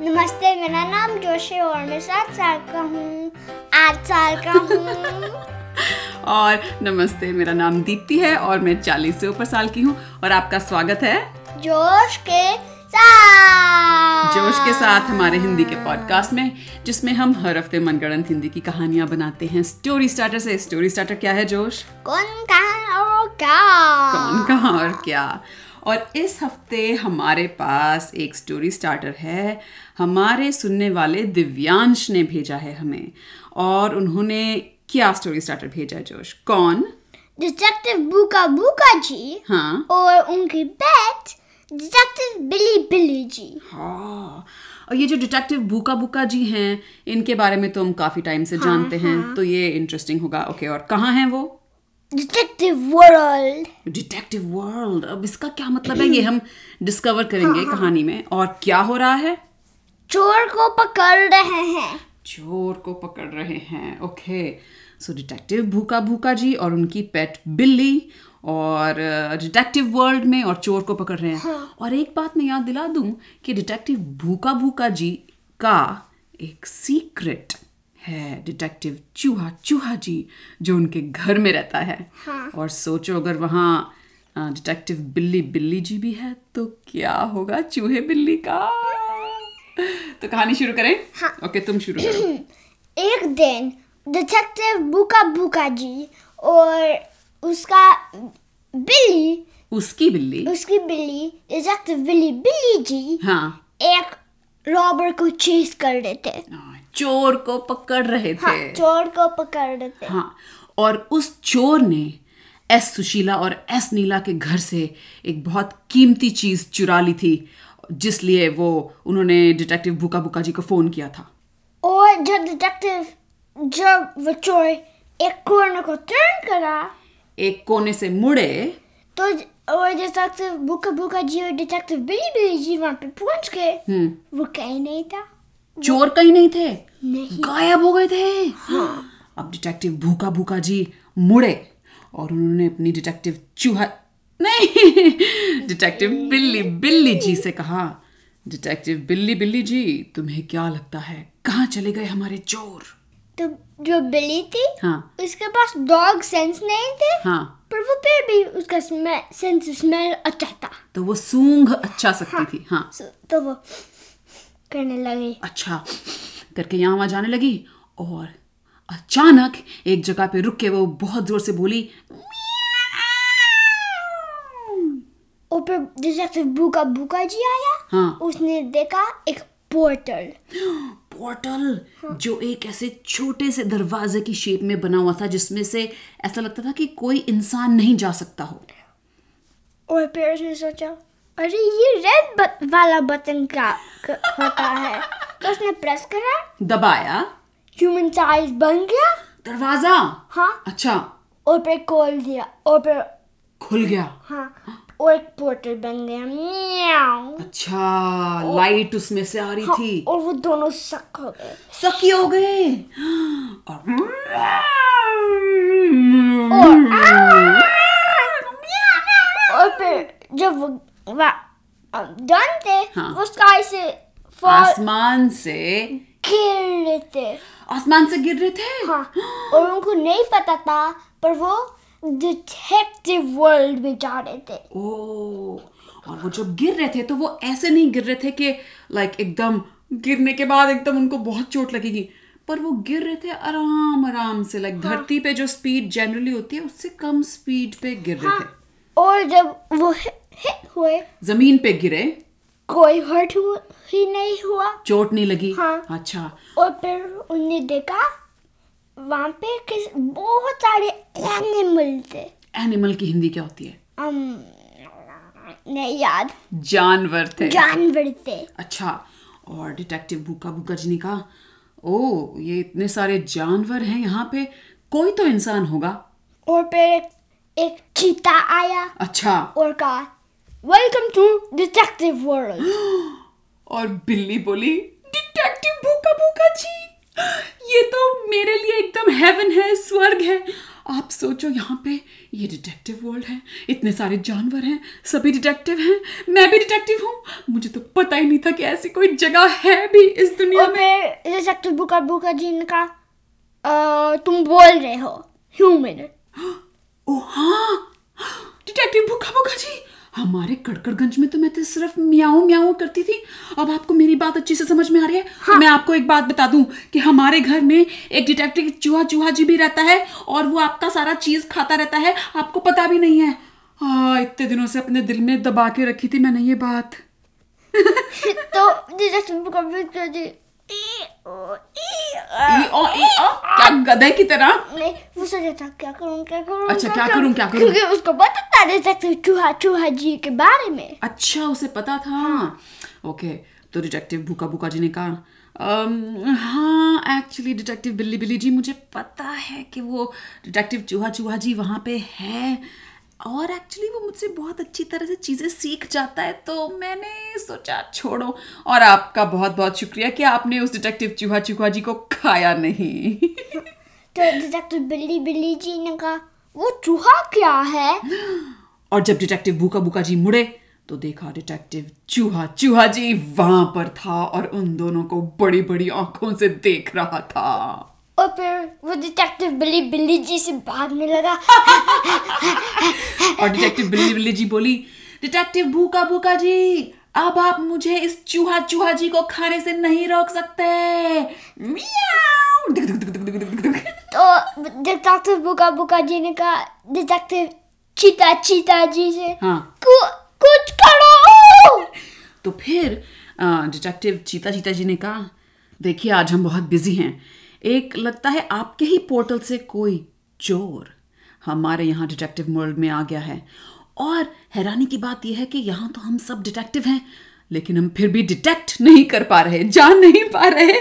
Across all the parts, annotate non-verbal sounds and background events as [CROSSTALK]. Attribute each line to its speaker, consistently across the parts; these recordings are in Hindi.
Speaker 1: नमस्ते मेरा नाम जोशी और मैं सात साल का हूँ आठ साल का हूँ
Speaker 2: और नमस्ते मेरा नाम दीप्ति है और मैं 40 से ऊपर साल की हूँ और आपका स्वागत है
Speaker 1: जोश के साथ
Speaker 2: जोश के साथ हमारे हिंदी के पॉडकास्ट में जिसमें हम हर हफ्ते मनगढ़ंत हिंदी की कहानियां बनाते हैं स्टोरी स्टार्टर से स्टोरी स्टार्टर क्या है जोश
Speaker 1: कौन कहा और क्या हाँ।
Speaker 2: कौन कहाँ और क्या और इस हफ्ते हमारे पास एक स्टोरी स्टार्टर है हमारे सुनने वाले दिव्यांश ने भेजा है हमें और उन्होंने क्या स्टोरी स्टार्टर भेजा है जोश कौन
Speaker 1: डिटेक्टिव बुका बुका जी
Speaker 2: हाँ
Speaker 1: और उनकी बेट डिटेक्टिव बिली बिली जी
Speaker 2: हाँ और ये जो डिटेक्टिव बूका बूका जी हैं इनके बारे में तो हम काफी टाइम से जानते हैं तो ये इंटरेस्टिंग होगा ओके और कहाँ हैं वो
Speaker 1: डिटेक्टिव वर्ल्ड
Speaker 2: डिटेक्टिव वर्ल्ड अब इसका क्या मतलब है ये हम डिस्कवर करेंगे कहानी में और क्या हो रहा है
Speaker 1: चोर को पकड़ रहे हैं
Speaker 2: चोर को पकड़ रहे हैं ओके सो डिटेक्टिव भूखा भूखा जी और उनकी पेट बिल्ली और डिटेक्टिव वर्ल्ड में और चोर को पकड़ रहे हैं और एक बात मैं याद दिला दूं कि डिटेक्टिव भूखा भूखा जी का एक सीक्रेट है डिटेक्टिव चूहा चूहा जी जो उनके घर में रहता है और सोचो अगर वहाँ अ, डिटेक्टिव बिल्ली बिल्ली जी भी है तो क्या होगा चूहे बिल्ली का तो कहानी शुरू करें हाँ ओके तुम शुरू करो
Speaker 1: एक दिन डिटेक्टिव बुका बुका जी और उसका बिल्ली
Speaker 2: उसकी बिल्ली
Speaker 1: उसकी बिल्ली डिटेक्टिव बिल्ली बिल्ली जी
Speaker 2: हाँ
Speaker 1: एक रॉबर को चेस कर रहे थे
Speaker 2: हाँ, चोर को पकड़ रहे
Speaker 1: हाँ
Speaker 2: थे
Speaker 1: चोर को पकड़ रहे थे
Speaker 2: हाँ और उस चोर ने एस सुशीला और एस नीला के घर से एक बहुत कीमती चीज चुरा ली थी जिसलिए वो उन्होंने डिटेक्टिव बुका बुका जी को फोन किया था
Speaker 1: और जब डिटेक्टिव जब वो चोर एक कॉर्नर को टर्न करा
Speaker 2: एक कोने से मुड़े
Speaker 1: तो ज- और डिटेक्टिव बुका बुका जी और डिटेक्टिव बिल्ली बिल्ली जी वहां पे पहुंच गए वो कहीं नहीं था
Speaker 2: चोर कहीं नहीं थे
Speaker 1: नहीं।
Speaker 2: [LAUGHS] गायब हो गए थे अब डिटेक्टिव भूखा भूखा जी मुड़े और उन्होंने अपनी डिटेक्टिव चूहा नहीं [LAUGHS] डिटेक्टिव बिल्ली बिल्ली जी से कहा डिटेक्टिव बिल्ली बिल्ली जी तुम्हें क्या लगता है कहाँ चले गए हमारे चोर
Speaker 1: तो जो बिल्ली थी
Speaker 2: हाँ
Speaker 1: उसके पास डॉग सेंस नहीं थे
Speaker 2: हाँ
Speaker 1: पर वो फिर भी उसका सेंस स्मेल अच्छा था
Speaker 2: तो वो सूंघ अच्छा सकती थी हाँ
Speaker 1: सो- तो वो करने लगी
Speaker 2: अच्छा करके यहाँ वहाँ जाने लगी और अचानक एक जगह पे रुक के वो बहुत जोर से बोली
Speaker 1: और फिर डिटेक्टिव बुका बुका जी आया
Speaker 2: हाँ
Speaker 1: उसने देखा एक पोर्टल
Speaker 2: पोर्टल जो एक ऐसे छोटे से दरवाजे की शेप में बना हुआ था जिसमें से ऐसा लगता था कि कोई इंसान नहीं जा सकता हो
Speaker 1: और फिर उसने सोचा अरे ये रेड बत, वाला बटन का क- होता है तो उसने प्रेस करा
Speaker 2: दबाया
Speaker 1: ह्यूमन साइज बन गया
Speaker 2: दरवाजा
Speaker 1: हाँ
Speaker 2: अच्छा
Speaker 1: और फिर खोल दिया और फिर
Speaker 2: खुल गया
Speaker 1: हाँ और एक पोर्टल बन गया म्याऊ
Speaker 2: अच्छा लाइट उसमें से आ रही
Speaker 1: हाँ,
Speaker 2: थी
Speaker 1: और वो दोनों शक हो गए
Speaker 2: सखी हो गए
Speaker 1: और
Speaker 2: और
Speaker 1: और फिर जब वो डन थे
Speaker 2: हाँ।
Speaker 1: वो स्काई से फॉल
Speaker 2: आसमान से
Speaker 1: गिर रहे थे
Speaker 2: आसमान से गिर रहे थे
Speaker 1: हाँ और उनको नहीं पता था पर वो डिटेक्टिव वर्ल्ड में जा रहे थे
Speaker 2: ओ और वो जब गिर रहे थे तो वो ऐसे नहीं गिर रहे थे कि लाइक एकदम गिरने के बाद एकदम उनको बहुत चोट लगेगी पर वो गिर रहे थे आराम आराम से लाइक धरती पे जो स्पीड जनरली होती है उससे कम स्पीड पे गिर रहे थे
Speaker 1: और जब वो हिट हुए
Speaker 2: जमीन पे गिरे
Speaker 1: कोई हर्ट ही नहीं हुआ
Speaker 2: चोट नहीं लगी
Speaker 1: हाँ।
Speaker 2: अच्छा
Speaker 1: और फिर उन्हें देखा वहाँ पे किस बहुत सारे एनिमल थे
Speaker 2: एनिमल की हिंदी क्या होती है
Speaker 1: अम, नहीं याद
Speaker 2: जानवर थे
Speaker 1: जानवर थे
Speaker 2: अच्छा और डिटेक्टिव भूखा भूखा जी ने कहा ओ ये इतने सारे जानवर हैं यहाँ पे कोई तो इंसान होगा
Speaker 1: और फिर एक, एक चीता आया
Speaker 2: अच्छा
Speaker 1: और कहा welcome to detective
Speaker 2: hmm,
Speaker 1: world
Speaker 2: और बिल्ली बोली डिटेक्टिव भूखा भूखा जी ये तो मेरे लिए एकदम हेवन है स्वर्ग है आप सोचो यहाँ पे ये डिटेक्टिव वर्ल्ड है इतने सारे जानवर हैं सभी डिटेक्टिव हैं मैं भी डिटेक्टिव हूँ मुझे तो पता ही नहीं था कि ऐसी कोई जगह है भी इस दुनिया
Speaker 1: और
Speaker 2: में
Speaker 1: फिर जैसे कि बुका बुका जी ने कहा "अ, तुम बोल रहे हो ह्यूमन
Speaker 2: ओ हाँ डिटेक्टिव भूखा भूखा जी हमारे कड़कड़गंज में तो मैं तो सिर्फ म्याऊ म्याऊ करती थी अब आपको मेरी बात अच्छे से समझ में आ रही है मैं आपको एक बात बता दूं कि हमारे घर में एक डिटेक्टिव चूहा चूहा जी भी रहता है और वो आपका सारा चीज खाता रहता है आपको पता भी नहीं है हाँ इतने दिनों से अपने दिल में दबा के रखी थी मैंने ये बात
Speaker 1: तो जैसे कि बुका बुका जी "ई, ओ, ई, आ।"
Speaker 2: ई ओ ई ओ क्या गधे की तरह
Speaker 1: नहीं वो सोचा था क्या करूं क्या करूं
Speaker 2: अच्छा, क्या करूं, क्या करूं?
Speaker 1: क्योंकि उसको पता था जैसे कि चूहा चूहा जी के बारे में
Speaker 2: अच्छा उसे पता था ओके तो डिटेक्टिव भूखा भूखा जी ने कहा "अम, हाँ एक्चुअली डिटेक्टिव बिल्ली बिल्ली जी मुझे पता है कि वो डिटेक्टिव चूहा चूहा जी वहाँ पे है और एक्चुअली वो मुझसे बहुत अच्छी तरह से चीज़ें सीख जाता है तो मैंने सोचा छोड़ो और आपका बहुत बहुत शुक्रिया कि आपने उस डिटेक्टिव चूहा चूहा जी को खाया नहीं
Speaker 1: तो डिटेक्टिव बिल्ली बिल्ली जी ने कहा वो चूहा क्या है
Speaker 2: और जब डिटेक्टिव भूखा भूखा जी मुड़े तो देखा डिटेक्टिव चूहा चूहा जी वहां पर था और उन दोनों को बड़ी बड़ी आंखों से देख रहा था
Speaker 1: और फिर वो डिटेक्टिव बिल्ली बिल्ली जी से भागने लगा
Speaker 2: और डिटेक्टिव बिल्ली बिल्ली जी बोली डिटेक्टिव भूखा भूखा जी अब आप मुझे इस चूहा चूहा जी को खाने से नहीं रोक सकते मियाऊ! दुक, दुक, दुक, दुक, दुक, दुक, दुक।
Speaker 1: तो डिटेक्टिव बुका बुका जी ने कहा डिटेक्टिव चीता चीता जी से
Speaker 2: हाँ
Speaker 1: "कु- कुछ करो
Speaker 2: तो फिर डिटेक्टिव चीता चीता जी ने कहा देखिए आज हम बहुत बिजी हैं एक लगता है आपके ही पोर्टल से कोई चोर हमारे यहाँ डिटेक्टिव वर्ल्ड में आ गया है और हैरानी की बात यह है कि यहाँ तो हम सब डिटेक्टिव हैं लेकिन हम फिर भी डिटेक्ट नहीं कर पा रहे जान नहीं पा रहे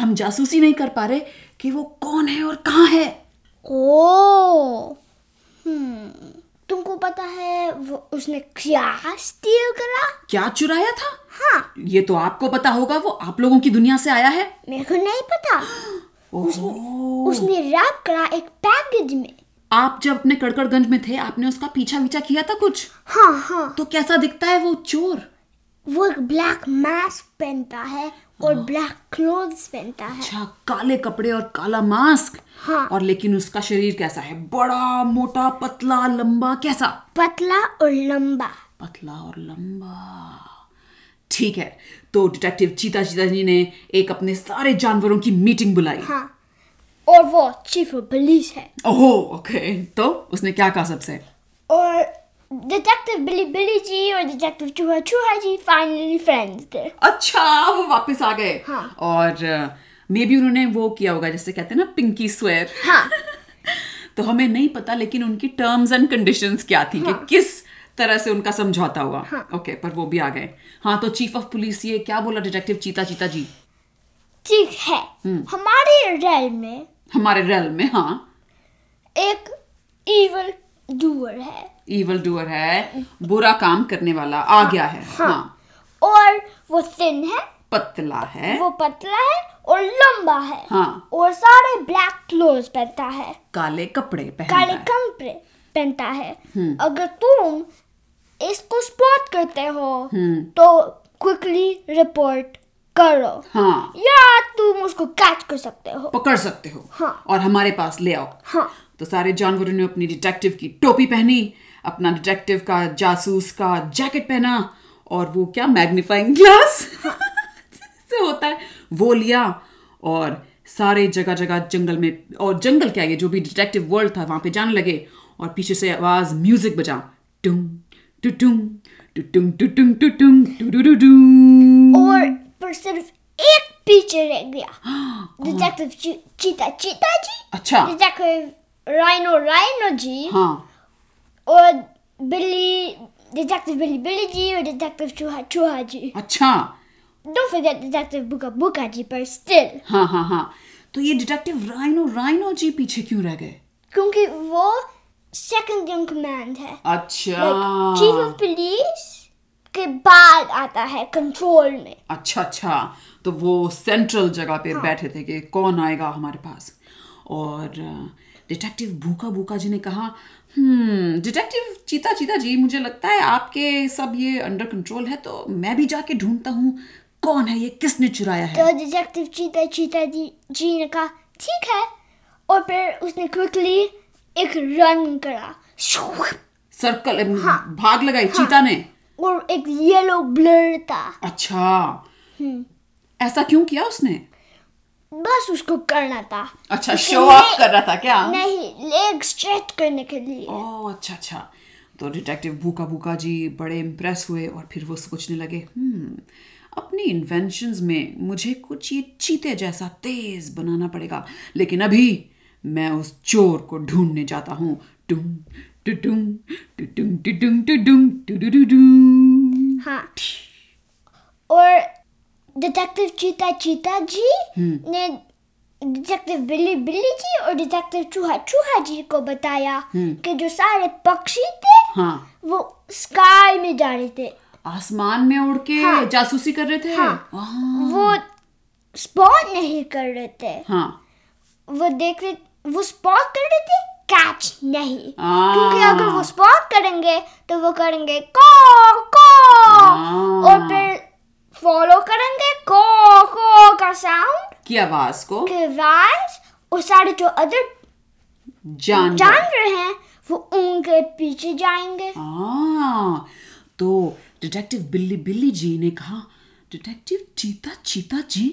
Speaker 2: हम जासूसी नहीं कर पा रहे कि वो कौन है और कहाँ है
Speaker 1: ओ हम्म तुमको पता है वो उसने क्या स्टील करा
Speaker 2: क्या चुराया था
Speaker 1: हाँ
Speaker 2: ये तो आपको पता होगा वो आप लोगों की दुनिया से आया है
Speaker 1: मेरे को नहीं पता
Speaker 2: ओहो।
Speaker 1: उसने रैप करा एक पैकेज में
Speaker 2: आप जब अपने कड़कड़गंज में थे आपने उसका पीछा वीछा किया था कुछ
Speaker 1: हाँ हाँ
Speaker 2: तो कैसा दिखता है वो चोर
Speaker 1: वो एक ब्लैक मास्क पहनता है और ब्लैक क्लोथ्स पहनता है
Speaker 2: अच्छा काले कपड़े और काला मास्क
Speaker 1: हाँ।
Speaker 2: और लेकिन उसका शरीर कैसा है बड़ा मोटा पतला लंबा कैसा
Speaker 1: पतला और लंबा
Speaker 2: पतला और लंबा ठीक है तो डिटेक्टिव चीता चीता जी ने एक अपने सारे जानवरों की मीटिंग बुलाई
Speaker 1: हाँ और वो चीफ ऑफ पुलिस है
Speaker 2: ओहो ओके तो उसने क्या कहा सबसे
Speaker 1: और डिटेक्टिव बिली बिली जी और डिटेक्टिव चूहा चूहा जी फाइनली फ्रेंड्स थे
Speaker 2: अच्छा वो वापस आ गए
Speaker 1: हाँ।
Speaker 2: और uh, मे बी उन्होंने वो किया होगा जैसे कहते हैं ना पिंकी स्वेयर
Speaker 1: हाँ
Speaker 2: तो हमें नहीं पता लेकिन उनकी टर्म्स एंड कंडीशंस क्या थी
Speaker 1: हाँ।
Speaker 2: कि किस तरह से उनका समझौता हुआ ओके पर वो भी आ गए हाँ तो चीफ ऑफ पुलिस ये क्या बोला डिटेक्टिव चीता चीता जी
Speaker 1: ठीक है हमारे रेल में
Speaker 2: हमारे रेल में हाँ
Speaker 1: एक इवल डूअर है
Speaker 2: इवल डूअर है बुरा काम करने वाला आ गया है हाँ,
Speaker 1: और वो थिन है
Speaker 2: पतला है
Speaker 1: वो पतला है और लंबा है
Speaker 2: हाँ।
Speaker 1: और सारे ब्लैक क्लोथ पहनता है
Speaker 2: काले कपड़े पहन
Speaker 1: काले
Speaker 2: है हम्म।
Speaker 1: कपड़े पहनता है अगर तुम इसको स्पॉट करते हो
Speaker 2: हम्म।
Speaker 1: तो क्विकली रिपोर्ट करो
Speaker 2: हाँ
Speaker 1: या तुम उसको कैच कर सकते हो
Speaker 2: पकड़ सकते हो
Speaker 1: हाँ।
Speaker 2: और हमारे पास ले आओ
Speaker 1: हाँ।
Speaker 2: तो सारे जानवरों ने अपनी डिटेक्टिव की टोपी पहनी अपना डिटेक्टिव का जासूस का जैकेट पहना और वो क्या मैग्नीफाइंग ग्लास से होता है वो लिया और सारे जगह जगह जंगल में और जंगल क्या ये जो भी डिटेक्टिव वर्ल्ड था वहां पे जाने लगे और पीछे से आवाज म्यूजिक बजा टुम टु टुम टु टुम टु टुम टु टुम टु टु टु टुम
Speaker 1: और पर सिर्फ एक पीछे रह गया
Speaker 2: [GASPS]
Speaker 1: डिटेक्टिव ची, चीता चीता जी
Speaker 2: अच्छा
Speaker 1: डिटेक्टिव राइनो राइनो जी
Speaker 2: हाँ
Speaker 1: और बिल्ली डिटेक्टिव बिल्ली बिल्ली जी और डिटेक्टिव चूहा चूहा जी
Speaker 2: अच्छा
Speaker 1: Don't forget Detective Buka Buka जी पर still
Speaker 2: हाँ हाँ हाँ तो ये डिटेक्टिव राइनो राइनो जी पीछे क्यों रह गए
Speaker 1: क्योंकि वो second in command है
Speaker 2: अच्छा
Speaker 1: like, Chief of Police के बाद आता है कंट्रोल में
Speaker 2: अच्छा अच्छा तो
Speaker 1: हाँ।
Speaker 2: वो सेंट्रल जगह पे बैठे थे कि कौन आएगा हमारे पास और अ, डिटेक्टिव भूखा भूखा जी ने कहा हम्म डिटेक्टिव चीता चीता जी मुझे लगता है आपके सब ये अंडर कंट्रोल है तो मैं भी जाके ढूंढता हूँ कौन है ये किसने चुराया है
Speaker 1: तो डिटेक्टिव चीता चीता जी जी ने कहा ठीक है और फिर उसने क्विकली एक रन करा
Speaker 2: सर्कल अम,
Speaker 1: हाँ।
Speaker 2: भाग लगाई चीता ने
Speaker 1: और एक येलो ब्लर था
Speaker 2: अच्छा
Speaker 1: हम्म।
Speaker 2: ऐसा क्यों किया उसने
Speaker 1: बस उसको करना था
Speaker 2: अच्छा
Speaker 1: उसके
Speaker 2: शो ऑफ
Speaker 1: ले-
Speaker 2: कर रहा था क्या
Speaker 1: नहीं लेग स्ट्रेच करने के लिए
Speaker 2: ओह अच्छा अच्छा तो डिटेक्टिव भूखा भूखा जी बड़े इम्प्रेस हुए और फिर वो सोचने लगे हम्म अपनी इन्वेंशंस में मुझे कुछ ये चीते जैसा तेज बनाना पड़ेगा लेकिन अभी मैं उस चोर को ढूंढने जाता हूँ टुम टुटुम टुटुम टुटुम टुटुम टुडुडुडुम
Speaker 1: हाँ और डिटेक्टिव चीता चीता जी ने डिटेक्टिव बिल्ली बिल्ली जी और डिटेक्टिव चूहा चूहा जी को बताया कि जो सारे पक्षी थे
Speaker 2: हाँ
Speaker 1: वो स्काई में जा रहे थे
Speaker 2: आसमान में उड़ के
Speaker 1: हाँ।
Speaker 2: जासूसी कर रहे थे
Speaker 1: हाँ।
Speaker 2: हाँ
Speaker 1: वो स्पॉट नहीं कर रहे थे
Speaker 2: हाँ
Speaker 1: वो देख रहे वो स्पॉट कर रहे थे कैच नहीं
Speaker 2: आ।
Speaker 1: क्योंकि अगर वो स्पॉट करेंगे तो वो करेंगे को को
Speaker 2: आ।
Speaker 1: और फिर फॉलो करेंगे को को का साउंड
Speaker 2: की आवाज को
Speaker 1: के आवाज और सारे जो अदर
Speaker 2: जान
Speaker 1: जानवर हैं वो उनके पीछे जाएंगे
Speaker 2: हाँ तो डिटेक्टिव बिल्ली बिल्ली जी ने कहा डिटेक्टिव चीता चीता जी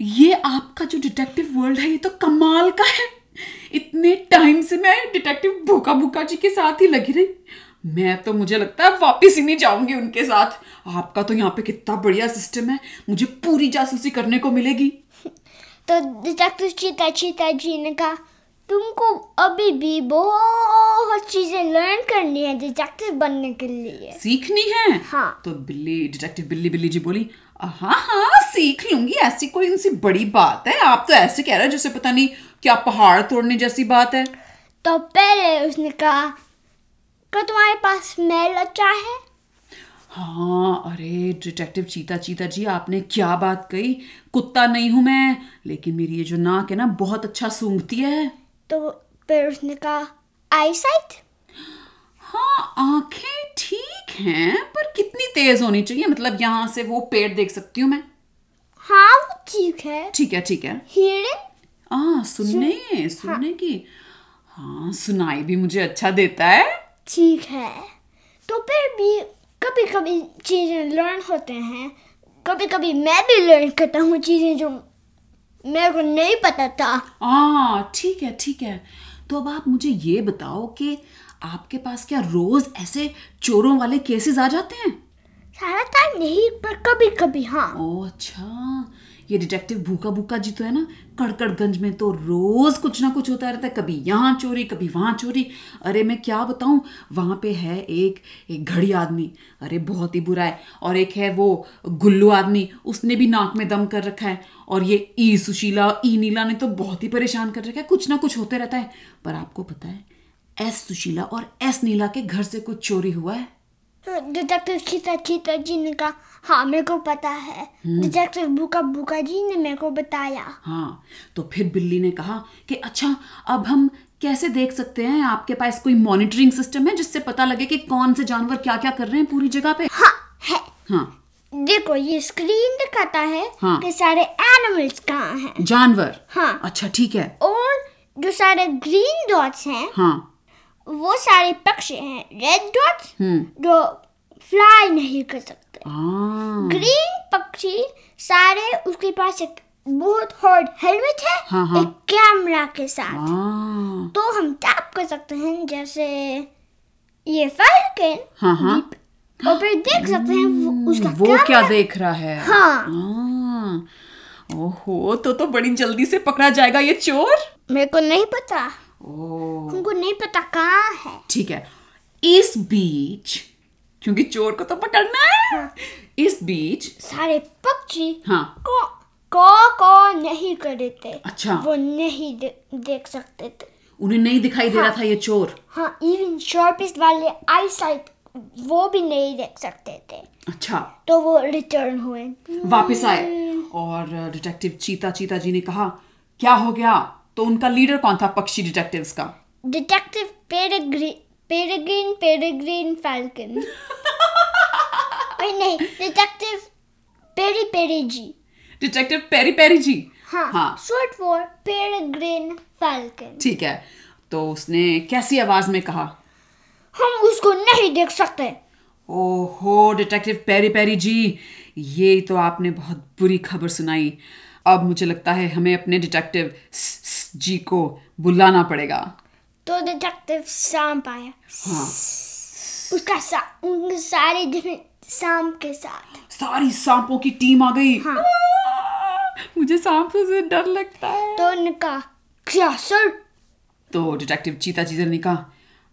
Speaker 2: ये आपका जो डिटेक्टिव वर्ल्ड है ये तो कमाल का है इतने टाइम से मैं डिटेक्टिव भूखा भूखा जी के साथ ही लगी रही मैं तो मुझे लगता है वापस ही नहीं जाऊंगी उनके साथ आपका तो यहाँ पे कितना बढ़िया सिस्टम है मुझे पूरी जासूसी करने को मिलेगी
Speaker 1: तो डिटेक्टिव चीता चीता जी ने कहा तुमको अभी भी बहुत चीजें लर्न करनी है डिटेक्टिव बनने के लिए
Speaker 2: सीखनी है
Speaker 1: हाँ।
Speaker 2: तो बिल्ली डिटेक्टिव बिल्ली बिल्ली जी बोली हाँ हाँ सीख लूंगी ऐसी कोई उनसे बड़ी बात है आप तो ऐसे कह रहे हो जैसे पता नहीं क्या पहाड़ तोड़ने जैसी बात है
Speaker 1: तो पहले उसने कहा क्या तुम्हारे पास स्मेल अच्छा है
Speaker 2: हाँ अरे डिटेक्टिव चीता चीता जी आपने क्या बात कही कुत्ता नहीं हूं मैं लेकिन मेरी ये जो नाक है ना बहुत अच्छा सूंघती है
Speaker 1: तो फिर उसने कहा आई साइट
Speaker 2: हाँ आंखें ठीक हैं पर कितनी तेज होनी चाहिए मतलब यहाँ से वो पेड़ देख सकती हूँ मैं
Speaker 1: हाँ वो ठीक है
Speaker 2: ठीक है ठीक है
Speaker 1: हियरिंग
Speaker 2: आ, हाँ, सुनने सुनने की हाँ सुनाई भी मुझे अच्छा देता है
Speaker 1: ठीक है तो फिर भी कभी कभी चीज़ें लर्न होते हैं कभी कभी मैं भी लर्न करता हूँ चीज़ें जो मेरे को नहीं पता था
Speaker 2: आ हाँ, ठीक है ठीक है तो अब आप मुझे ये बताओ कि आपके पास क्या रोज ऐसे चोरों वाले केसेस आ जाते हैं
Speaker 1: सारा टाइम नहीं पर कभी कभी हाँ
Speaker 2: ओ अच्छा ये डिटेक्टिव भूखा भूखा जी तो है ना कड़कड़गंज में तो रोज कुछ ना कुछ होता रहता है कभी यहाँ चोरी कभी वहाँ चोरी अरे मैं क्या बताऊँ वहाँ पे है एक एक घड़ी आदमी अरे बहुत ही बुरा है और एक है वो गुल्लू आदमी उसने भी नाक में दम कर रखा है और ये ई सुशीला ई नीला ने तो बहुत ही परेशान कर रखा है कुछ ना कुछ होते रहता है पर आपको पता है एस सुशीला और एस नीला के घर से कुछ चोरी हुआ है
Speaker 1: तो डिटेक्टिव चीता चीता जी ने कहा हाँ मेरे को पता है डिटेक्टिव बुका बुका जी ने मेरे को बताया
Speaker 2: हाँ तो फिर बिल्ली ने कहा कि अच्छा अब हम कैसे देख सकते हैं आपके पास कोई मॉनिटरिंग सिस्टम है जिससे पता लगे कि कौन से जानवर क्या क्या कर रहे हैं पूरी जगह पे
Speaker 1: हाँ है
Speaker 2: हाँ
Speaker 1: देखो ये स्क्रीन दिखाता है
Speaker 2: हाँ।
Speaker 1: कि सारे एनिमल्स कहाँ हैं
Speaker 2: जानवर
Speaker 1: हाँ।
Speaker 2: अच्छा ठीक है
Speaker 1: और जो सारे ग्रीन डॉट्स हैं
Speaker 2: हाँ
Speaker 1: वो सारे पक्षी हैं रेड डॉट्स
Speaker 2: हम्म
Speaker 1: जो फ्लाई नहीं कर सकते
Speaker 2: हाँ
Speaker 1: ग्रीन पक्षी सारे उसके पास एक बहुत हॉर्ड हेलमेट है
Speaker 2: हाँ, हाँ।
Speaker 1: एक कैमरा के साथ
Speaker 2: हाँ
Speaker 1: तो हम टैप कर सकते हैं जैसे ये फाल्कन
Speaker 2: हाँ, हाँ।
Speaker 1: और फिर देख सकते हैं वो- उसका
Speaker 2: वो क्या
Speaker 1: camera-
Speaker 2: देख रहा है
Speaker 1: हाँ
Speaker 2: हाँ ओहो तो तो बड़ी जल्दी से पकड़ा जाएगा ये चोर
Speaker 1: मेरे को नहीं पता
Speaker 2: ओह
Speaker 1: उनको नहीं पता कहाँ है
Speaker 2: ठीक है इस बीच क्योंकि चोर को तो पकड़ना है इस बीच
Speaker 1: सारे पक्षी
Speaker 2: हाँ
Speaker 1: को को को नहीं कर रहे थे
Speaker 2: अच्छा।
Speaker 1: वो नहीं दे, देख सकते थे
Speaker 2: उन्हें नहीं दिखाई दे रहा था ये चोर
Speaker 1: हाँ इवन शार्पेस्ट वाले आई साइट वो भी नहीं देख सकते थे
Speaker 2: अच्छा
Speaker 1: तो वो रिटर्न हुए
Speaker 2: वापस आए और डिटेक्टिव चीता चीता जी ने कहा क्या हो गया तो उनका लीडर कौन था पक्षी डिटेक्टिव्स का
Speaker 1: detective peregrine peregrine peregrine falcon
Speaker 2: [LAUGHS]
Speaker 1: नहीं detective Perry Perry ji
Speaker 2: detective Perry Perry ji
Speaker 1: हाँ
Speaker 2: हाँ
Speaker 1: शॉर्ट फॉर पेरेग्रीन फैल्कन
Speaker 2: ठीक है तो उसने कैसी आवाज में कहा
Speaker 1: हम उसको नहीं देख सकते
Speaker 2: ओहो डिटेक्टिव पेरी पेरी जी ये तो आपने बहुत बुरी खबर सुनाई अब मुझे लगता है हमें अपने डिटेक्टिव जी को बुलाना पड़ेगा हाँ।
Speaker 1: तो डिटेक्टिव सांप आया उसका सा, उनके सारे जिसमें सांप के साथ
Speaker 2: सारी सांपों की टीम आ गई
Speaker 1: हाँ।
Speaker 2: मुझे सांपों से डर लगता है
Speaker 1: तो उन्होंने कहा क्या सर
Speaker 2: तो डिटेक्टिव चीता चीजर ने कहा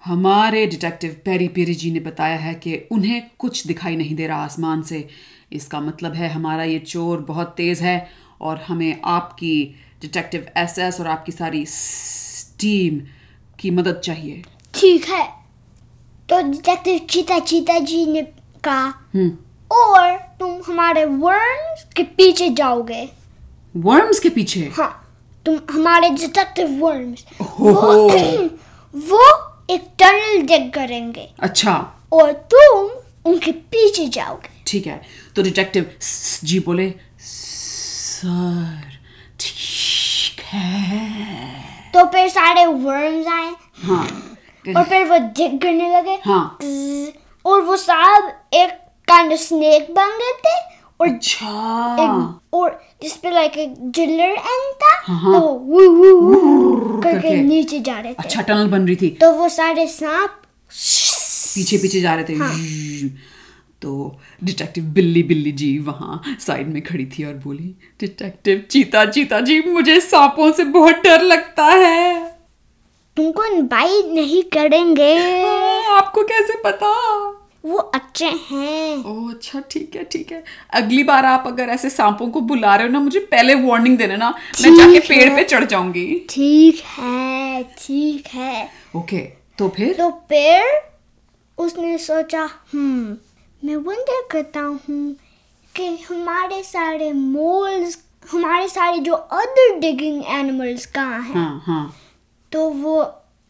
Speaker 2: हमारे डिटेक्टिव पेरी पेरी जी ने बताया है कि उन्हें कुछ दिखाई नहीं दे रहा आसमान से इसका मतलब है हमारा ये चोर बहुत तेज है और हमें आपकी डिटेक्टिव एसएस और आपकी सारी टीम की मदद चाहिए
Speaker 1: ठीक है तो डिटेक्टिव चीता चीता जी ने कहा
Speaker 2: हम्म
Speaker 1: और तुम हमारे वर्म्स के पीछे जाओगे
Speaker 2: वर्म्स के पीछे
Speaker 1: हाँ तुम हमारे डिटेक्टिव वर्म्स
Speaker 2: ओहो।
Speaker 1: वो, [CLEARS THROAT] वो एक टनल डिग करेंगे
Speaker 2: अच्छा
Speaker 1: और तुम उनके पीछे जाओगे
Speaker 2: ठीक है तो डिटेक्टिव जी बोले सर ठीक है
Speaker 1: तो फिर सारे वर्म्स आए
Speaker 2: हाँ
Speaker 1: और फिर वो डिग करने लगे
Speaker 2: हाँ
Speaker 1: और वो साहब एक काइंड ऑफ स्नेक बन गए थे और
Speaker 2: अच्छा
Speaker 1: एक- और जिसपे लाइक एक जिलर एंड था
Speaker 2: हाँ।
Speaker 1: तो वो वू वू वू करके
Speaker 2: करके।
Speaker 1: नीचे जा रहे थे
Speaker 2: अच्छा टनल बन रही थी
Speaker 1: तो वो सारे सांप
Speaker 2: पीछे पीछे जा रहे थे
Speaker 1: हाँ।
Speaker 2: तो डिटेक्टिव बिल्ली बिल्ली जी वहाँ साइड में खड़ी थी और बोली डिटेक्टिव चीता चीता जी मुझे सांपों से बहुत डर लगता है
Speaker 1: तुमको इनवाइट नहीं करेंगे
Speaker 2: हाँ, आपको कैसे पता
Speaker 1: वो अच्छे हैं
Speaker 2: ओह अच्छा ठीक है ठीक है अगली बार आप अगर ऐसे सांपों को बुला रहे हो ना मुझे पहले वार्निंग देना ना मैं
Speaker 1: ठीक
Speaker 2: जाके
Speaker 1: है।
Speaker 2: पेड़ पे चढ़ जाऊंगी
Speaker 1: ठीक है ठीक है
Speaker 2: ओके तो फिर
Speaker 1: तो फिर उसने सोचा हम्म मैं वंडर करता हूँ कि हमारे सारे मोल्स हमारे सारे जो अदर डिगिंग एनिमल्स कहाँ हैं
Speaker 2: हाँ हाँ
Speaker 1: तो वो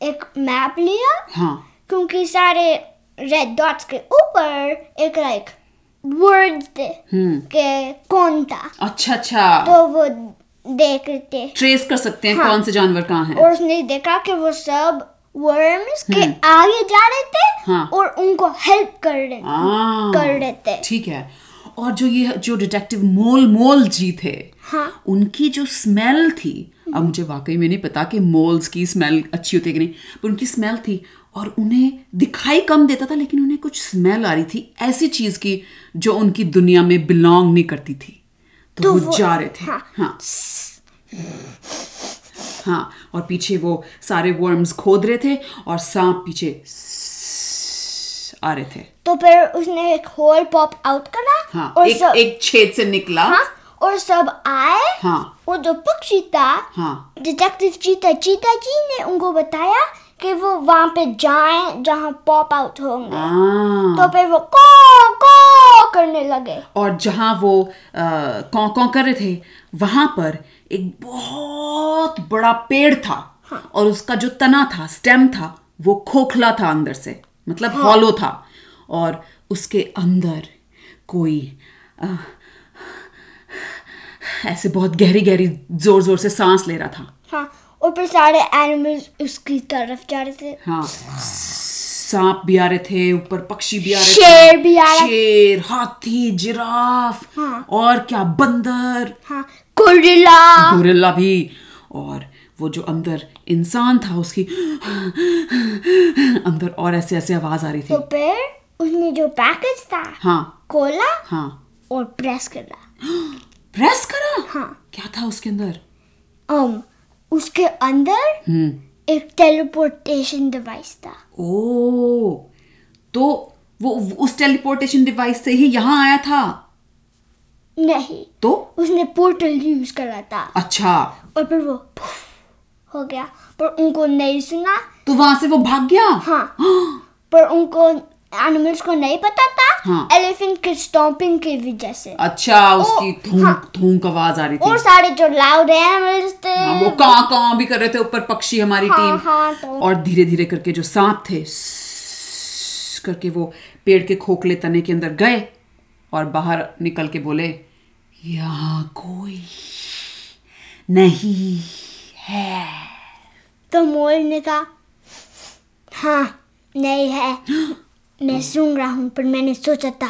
Speaker 1: एक मैप लिया
Speaker 2: हाँ
Speaker 1: क्योंकि सारे रेड डॉट्स के ऊपर एक लाइक वर्ड थे
Speaker 2: हम्म
Speaker 1: के कौन था
Speaker 2: अच्छा अच्छा
Speaker 1: तो वो देखते
Speaker 2: ट्रेस कर सकते हैं
Speaker 1: हाँ।
Speaker 2: कौन से जानवर कहाँ है
Speaker 1: और उसने देखा कि वो सब वर्म्स के आगे जा रहे थे
Speaker 2: हम्म। हाँ।
Speaker 1: और उनको हेल्प कर रहे
Speaker 2: हाँ।
Speaker 1: कर रहे थे
Speaker 2: ठीक है और जो ये जो डिटेक्टिव मोल मोल जी थे
Speaker 1: हाँ
Speaker 2: उनकी जो स्मेल थी अब मुझे वाकई में नहीं पता कि मोल्स की स्मेल अच्छी होती है कि नहीं पर उनकी स्मेल थी और उन्हें दिखाई कम देता था लेकिन उन्हें कुछ स्मेल आ रही थी ऐसी चीज की जो उनकी दुनिया में बिलोंग नहीं करती थी तो,
Speaker 1: तो
Speaker 2: वो,
Speaker 1: वो-
Speaker 2: जा रहे थे
Speaker 1: हाँ।
Speaker 2: हाँ हाँ और पीछे वो सारे वर्म्स खोद रहे थे और सांप पीछे आ रहे थे
Speaker 1: तो फिर उसने एक होल पॉप आउट करा
Speaker 2: हाँ
Speaker 1: और
Speaker 2: एक
Speaker 1: सब
Speaker 2: एक छेद से निकला
Speaker 1: हाँ और सब आए
Speaker 2: हाँ
Speaker 1: और जो पक्षी था
Speaker 2: हाँ
Speaker 1: डिटेक्टिव चीता चीता जी ने उनको बताया कि वो वहाँ पे जाएं जहाँ पॉप आउट होंगे
Speaker 2: हाँ
Speaker 1: तो फिर वो को को करने लगे
Speaker 2: और जहाँ वो कौं कौं कर रहे थे वहां पर एक बहुत बड़ा पेड़ था
Speaker 1: हाँ।
Speaker 2: और उसका जो तना था स्टेम था वो खोखला था अंदर से मतलब
Speaker 1: हाँ।
Speaker 2: हॉलो था और उसके अंदर कोई अ, ऐसे बहुत गहरी गहरी जोर जोर से सांस ले रहा था
Speaker 1: हाँ और फिर सारे एनिमल्स उसकी तरफ जा रहे थे
Speaker 2: हाँ सांप भी आ रहे थे ऊपर पक्षी भी आ रहे
Speaker 1: शेर
Speaker 2: थे
Speaker 1: भी आ रहा-
Speaker 2: शेर हाथी जिराफ
Speaker 1: हाँ।
Speaker 2: और क्या बंदर
Speaker 1: हाँ गोरिल्ला
Speaker 2: गोरिल्ला भी और वो जो अंदर इंसान था उसकी अंदर और ऐसे ऐसे आवाज आ रही
Speaker 1: तो
Speaker 2: थी
Speaker 1: फिर उसने जो पैकेज था
Speaker 2: हाँ
Speaker 1: खोला
Speaker 2: हाँ
Speaker 1: और प्रेस करा
Speaker 2: प्रेस करा
Speaker 1: हाँ
Speaker 2: क्या था उसके अंदर
Speaker 1: um, उसके अंदर
Speaker 2: हम्म
Speaker 1: एक टेलीपोर्टेशन डिवाइस था
Speaker 2: ओ तो वो उस टेलीपोर्टेशन डिवाइस से ही यहाँ आया था
Speaker 1: नहीं
Speaker 2: तो
Speaker 1: उसने पोर्टल यूज करा था
Speaker 2: अच्छा
Speaker 1: और फिर वो puff हो गया पर उनको नहीं सुना
Speaker 2: [GASPS] तो वहां से वो भाग गया
Speaker 1: हाँ पर उनको एनिमल्स को नहीं पता था
Speaker 2: हाँ।
Speaker 1: एलिफेंट के स्टॉम्पिंग की वजह से
Speaker 2: अच्छा उसकी थूक थूक आवाज आ रही थी
Speaker 1: हाँ। और सारे जो लाउड एनिमल्स थे
Speaker 2: हाँ, वो कां कां भी कर रहे थे ऊपर पक्षी हमारी
Speaker 1: हाँ,
Speaker 2: टीम
Speaker 1: हाँ, तो-
Speaker 2: और धीरे धीरे करके जो सांप थे "स्स" करके वो पेड़ के खोखले तने के अंदर गए और बाहर निकल के बोले यहाँ कोई नहीं
Speaker 1: तो मोर ने कहा हाँ नहीं
Speaker 2: [GASPS]
Speaker 1: है मैं सुन रहा हूँ पर मैंने सोचा था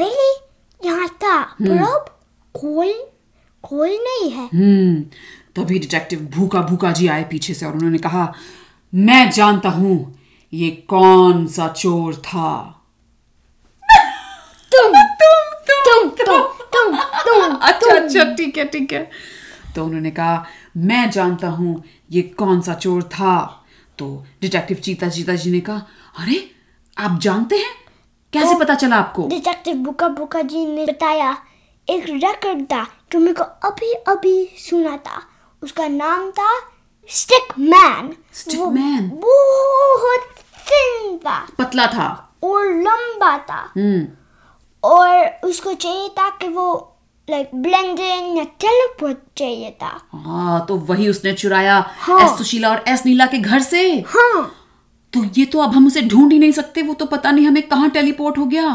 Speaker 1: पहले यहाँ था पर अब कोई कोई नहीं है
Speaker 2: हम्म तभी डिटेक्टिव भूखा भूखा जी आए पीछे से और उन्होंने कहा मैं जानता हूं ये कौन सा चोर था
Speaker 1: [LAUGHS] तुम तुम तुम तुम तुम तुम
Speaker 2: [LAUGHS] अच्छा अच्छा ठीक है ठीक है तो उन्होंने कहा मैं जानता हूं ये कौन सा चोर था तो डिटेक्टिव चीता चीता जी ने कहा अरे आप जानते हैं
Speaker 1: तो
Speaker 2: कैसे पता चला आपको
Speaker 1: डिटेक्टिव बुका बुका जी ने बताया एक रिकॉर्ड था जो मेरे को अभी अभी सुना था उसका नाम था स्टिक मैन
Speaker 2: Stickman।
Speaker 1: बहुत थिन था
Speaker 2: पतला था
Speaker 1: और लंबा था
Speaker 2: हम्म
Speaker 1: और उसको चाहिए था कि वो लाइक ब्लेंडिंग या टेलीपोर्ट चाहिए था
Speaker 2: हाँ तो वही उसने चुराया
Speaker 1: हाँ।
Speaker 2: एस सुशीला और एस नीला के घर से
Speaker 1: हाँ
Speaker 2: तो ये तो अब हम उसे ढूंढ ही नहीं सकते वो तो पता नहीं हमें कहाँ टेलीपोर्ट हो गया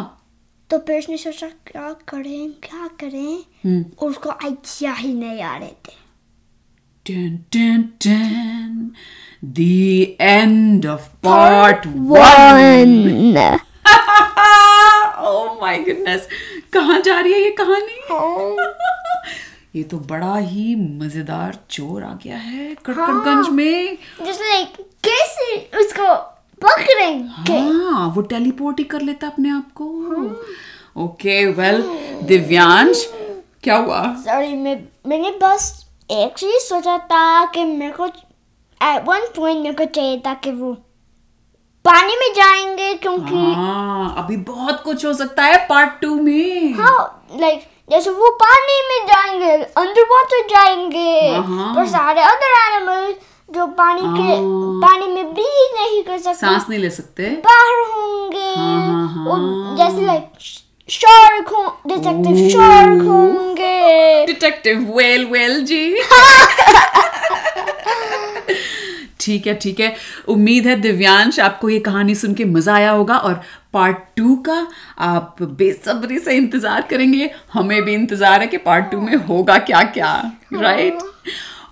Speaker 1: तो फिर उसने सोचा क्या करें क्या करें
Speaker 2: हम्म।
Speaker 1: और उसको आइडिया ही नहीं आ रहे थे
Speaker 2: टन टन टन the end of part
Speaker 1: one
Speaker 2: oh my goodness Oh कहाँ जा रही है ये कहानी [LAUGHS] ये तो बड़ा ही मजेदार चोर आ गया है कड़कड़गंज में
Speaker 1: जैसे लाइक कैसे उसको पकड़ेंगे
Speaker 2: हाँ वो टेलीपोर्ट ही कर लेता अपने आप को ओके वेल दिव्यांश क्या हुआ
Speaker 1: सॉरी मैं मैंने बस एक चीज सोचा था कि मेरे को एट वन पॉइंट मेरे को चाहिए था कि वो पानी में जाएंगे क्योंकि
Speaker 2: हाँ अभी बहुत कुछ हो सकता है पार्ट टू में
Speaker 1: हाँ लाइक जैसे वो पानी में जाएंगे अंडर वाटर जाएंगे
Speaker 2: हाँ।
Speaker 1: पर सारे अदर एनिमल जो पानी के
Speaker 2: हाँ।
Speaker 1: पानी में ब्रीथ नहीं कर सकते
Speaker 2: सांस नहीं ले सकते
Speaker 1: बाहर होंगे
Speaker 2: हाँ, हाँ, हाँ।
Speaker 1: और जैसे लाइक शार्क हो डिटेक्टिव शार्क होंगे
Speaker 2: डिटेक्टिव वेल वेल जी ठीक है ठीक है उम्मीद है दिव्यांश आपको ये कहानी सुन के मजा आया होगा और पार्ट टू का आप बेसब्री से इंतजार करेंगे हमें भी इंतजार है कि पार्ट टू में होगा क्या क्या राइट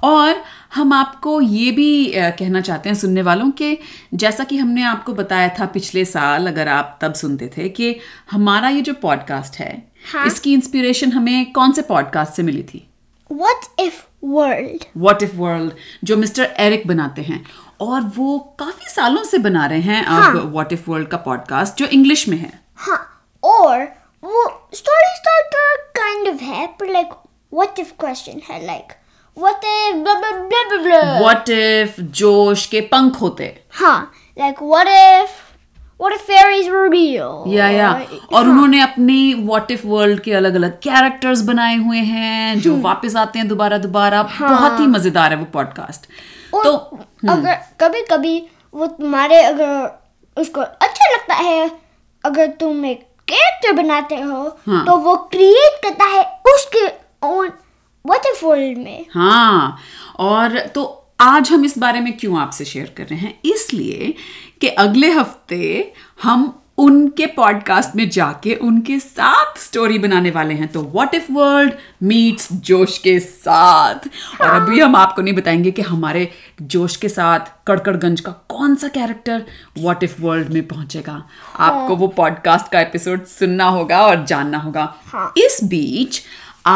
Speaker 2: और हम आपको ये भी अ, कहना चाहते हैं सुनने वालों कि जैसा कि हमने आपको बताया था पिछले साल अगर आप तब सुनते थे कि हमारा ये जो पॉडकास्ट है
Speaker 1: हाँ।
Speaker 2: इसकी इंस्पिरेशन हमें कौन से पॉडकास्ट से मिली थी
Speaker 1: what if world
Speaker 2: what if world जो मिस्टर एरिक बनाते हैं और वो काफी सालों से बना रहे हैं अब व्हाट इफ वर्ल्ड का पॉडकास्ट जो इंग्लिश में है
Speaker 1: हाँ और वो स्टोरी स्टार्टर काइंड ऑफ है पर लाइक व्हाट इफ क्वेश्चन है like what if blah blah blah blah
Speaker 2: what if Josh के पंख होते
Speaker 1: Huh. Like what if what if fairies were real?
Speaker 2: या या और उन्होंने अपनी व्हाट इफ वर्ल्ड के अलग अलग कैरेक्टर्स बनाए हुए हैं जो वापस आते हैं दोबारा दोबारा बहुत ही मजेदार है वो पॉडकास्ट
Speaker 1: और
Speaker 2: तो
Speaker 1: अगर कभी कभी वो तुम्हारे अगर उसको अच्छा लगता है अगर तुम एक कैरेक्टर बनाते हो
Speaker 2: हाँ।
Speaker 1: तो वो क्रिएट करता है उसके ओन व्हाट इफ वर्ल्ड में [LAUGHS]
Speaker 2: हाँ और तो आज हम इस बारे में क्यों आपसे शेयर कर रहे हैं इसलिए कि अगले हफ्ते हम उनके पॉडकास्ट में जाके उनके साथ स्टोरी बनाने वाले हैं तो what if world meets Josh के साथ और अभी हम आपको नहीं बताएंगे कि हमारे जोश के साथ कड़कड़गंज का कौन सा कैरेक्टर व्हाट इफ वर्ल्ड में पहुंचेगा आपको वो पॉडकास्ट का एपिसोड सुनना होगा और जानना होगा
Speaker 1: हाँ।
Speaker 2: इस बीच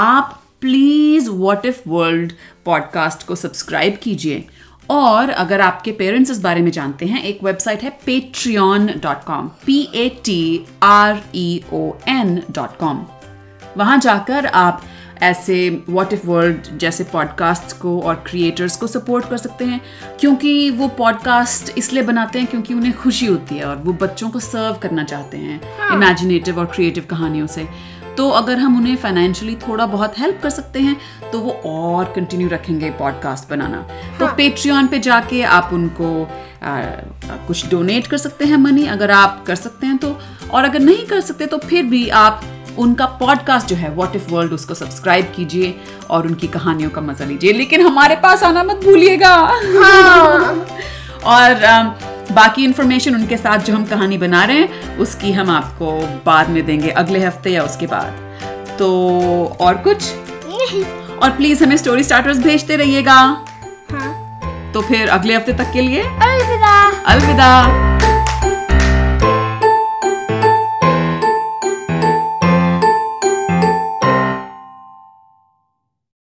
Speaker 2: आप please what if world podcast को सब्सक्राइब कीजिए और अगर आपके पेरेंट्स इस बारे में जानते हैं एक वेबसाइट है Patreon dot com P A T R E O N dot com वहाँ जाकर आप ऐसे व्हाट इफ वर्ल्ड जैसे पॉडकास्ट को और क्रिएटर्स को सपोर्ट कर सकते हैं क्योंकि वो पॉडकास्ट इसलिए बनाते हैं क्योंकि उन्हें खुशी होती है और वो बच्चों को सर्व करना चाहते हैं इमेजिनेटिव और क्रिएटिव कहानियों से तो अगर हम उन्हें फाइनेंशियली थोड़ा बहुत हेल्प कर सकते हैं तो वो और कंटिन्यू रखेंगे पॉडकास्ट बनाना तो पेट्रियन पे जाके आप उनको आ, कुछ डोनेट कर सकते हैं मनी अगर आप कर सकते हैं तो और अगर नहीं कर सकते तो फिर भी आप उनका पॉडकास्ट जो है व्हाट इफ वर्ल्ड उसको सब्सक्राइब कीजिए और उनकी कहानियों का मजा लीजिए लेकिन हमारे पास आना मत भूलिएगा और अम, बाकी इन्फॉर्मेशन उनके साथ जो हम कहानी बना रहे हैं उसकी हम आपको बाद में देंगे अगले हफ्ते या उसके बाद तो और कुछ
Speaker 1: नहीं
Speaker 2: और प्लीज हमें स्टोरी स्टार्टर्स भेजते रहिएगा
Speaker 1: हाँ
Speaker 2: तो फिर अगले हफ्ते तक के लिए
Speaker 1: अलविदा
Speaker 2: अलविदा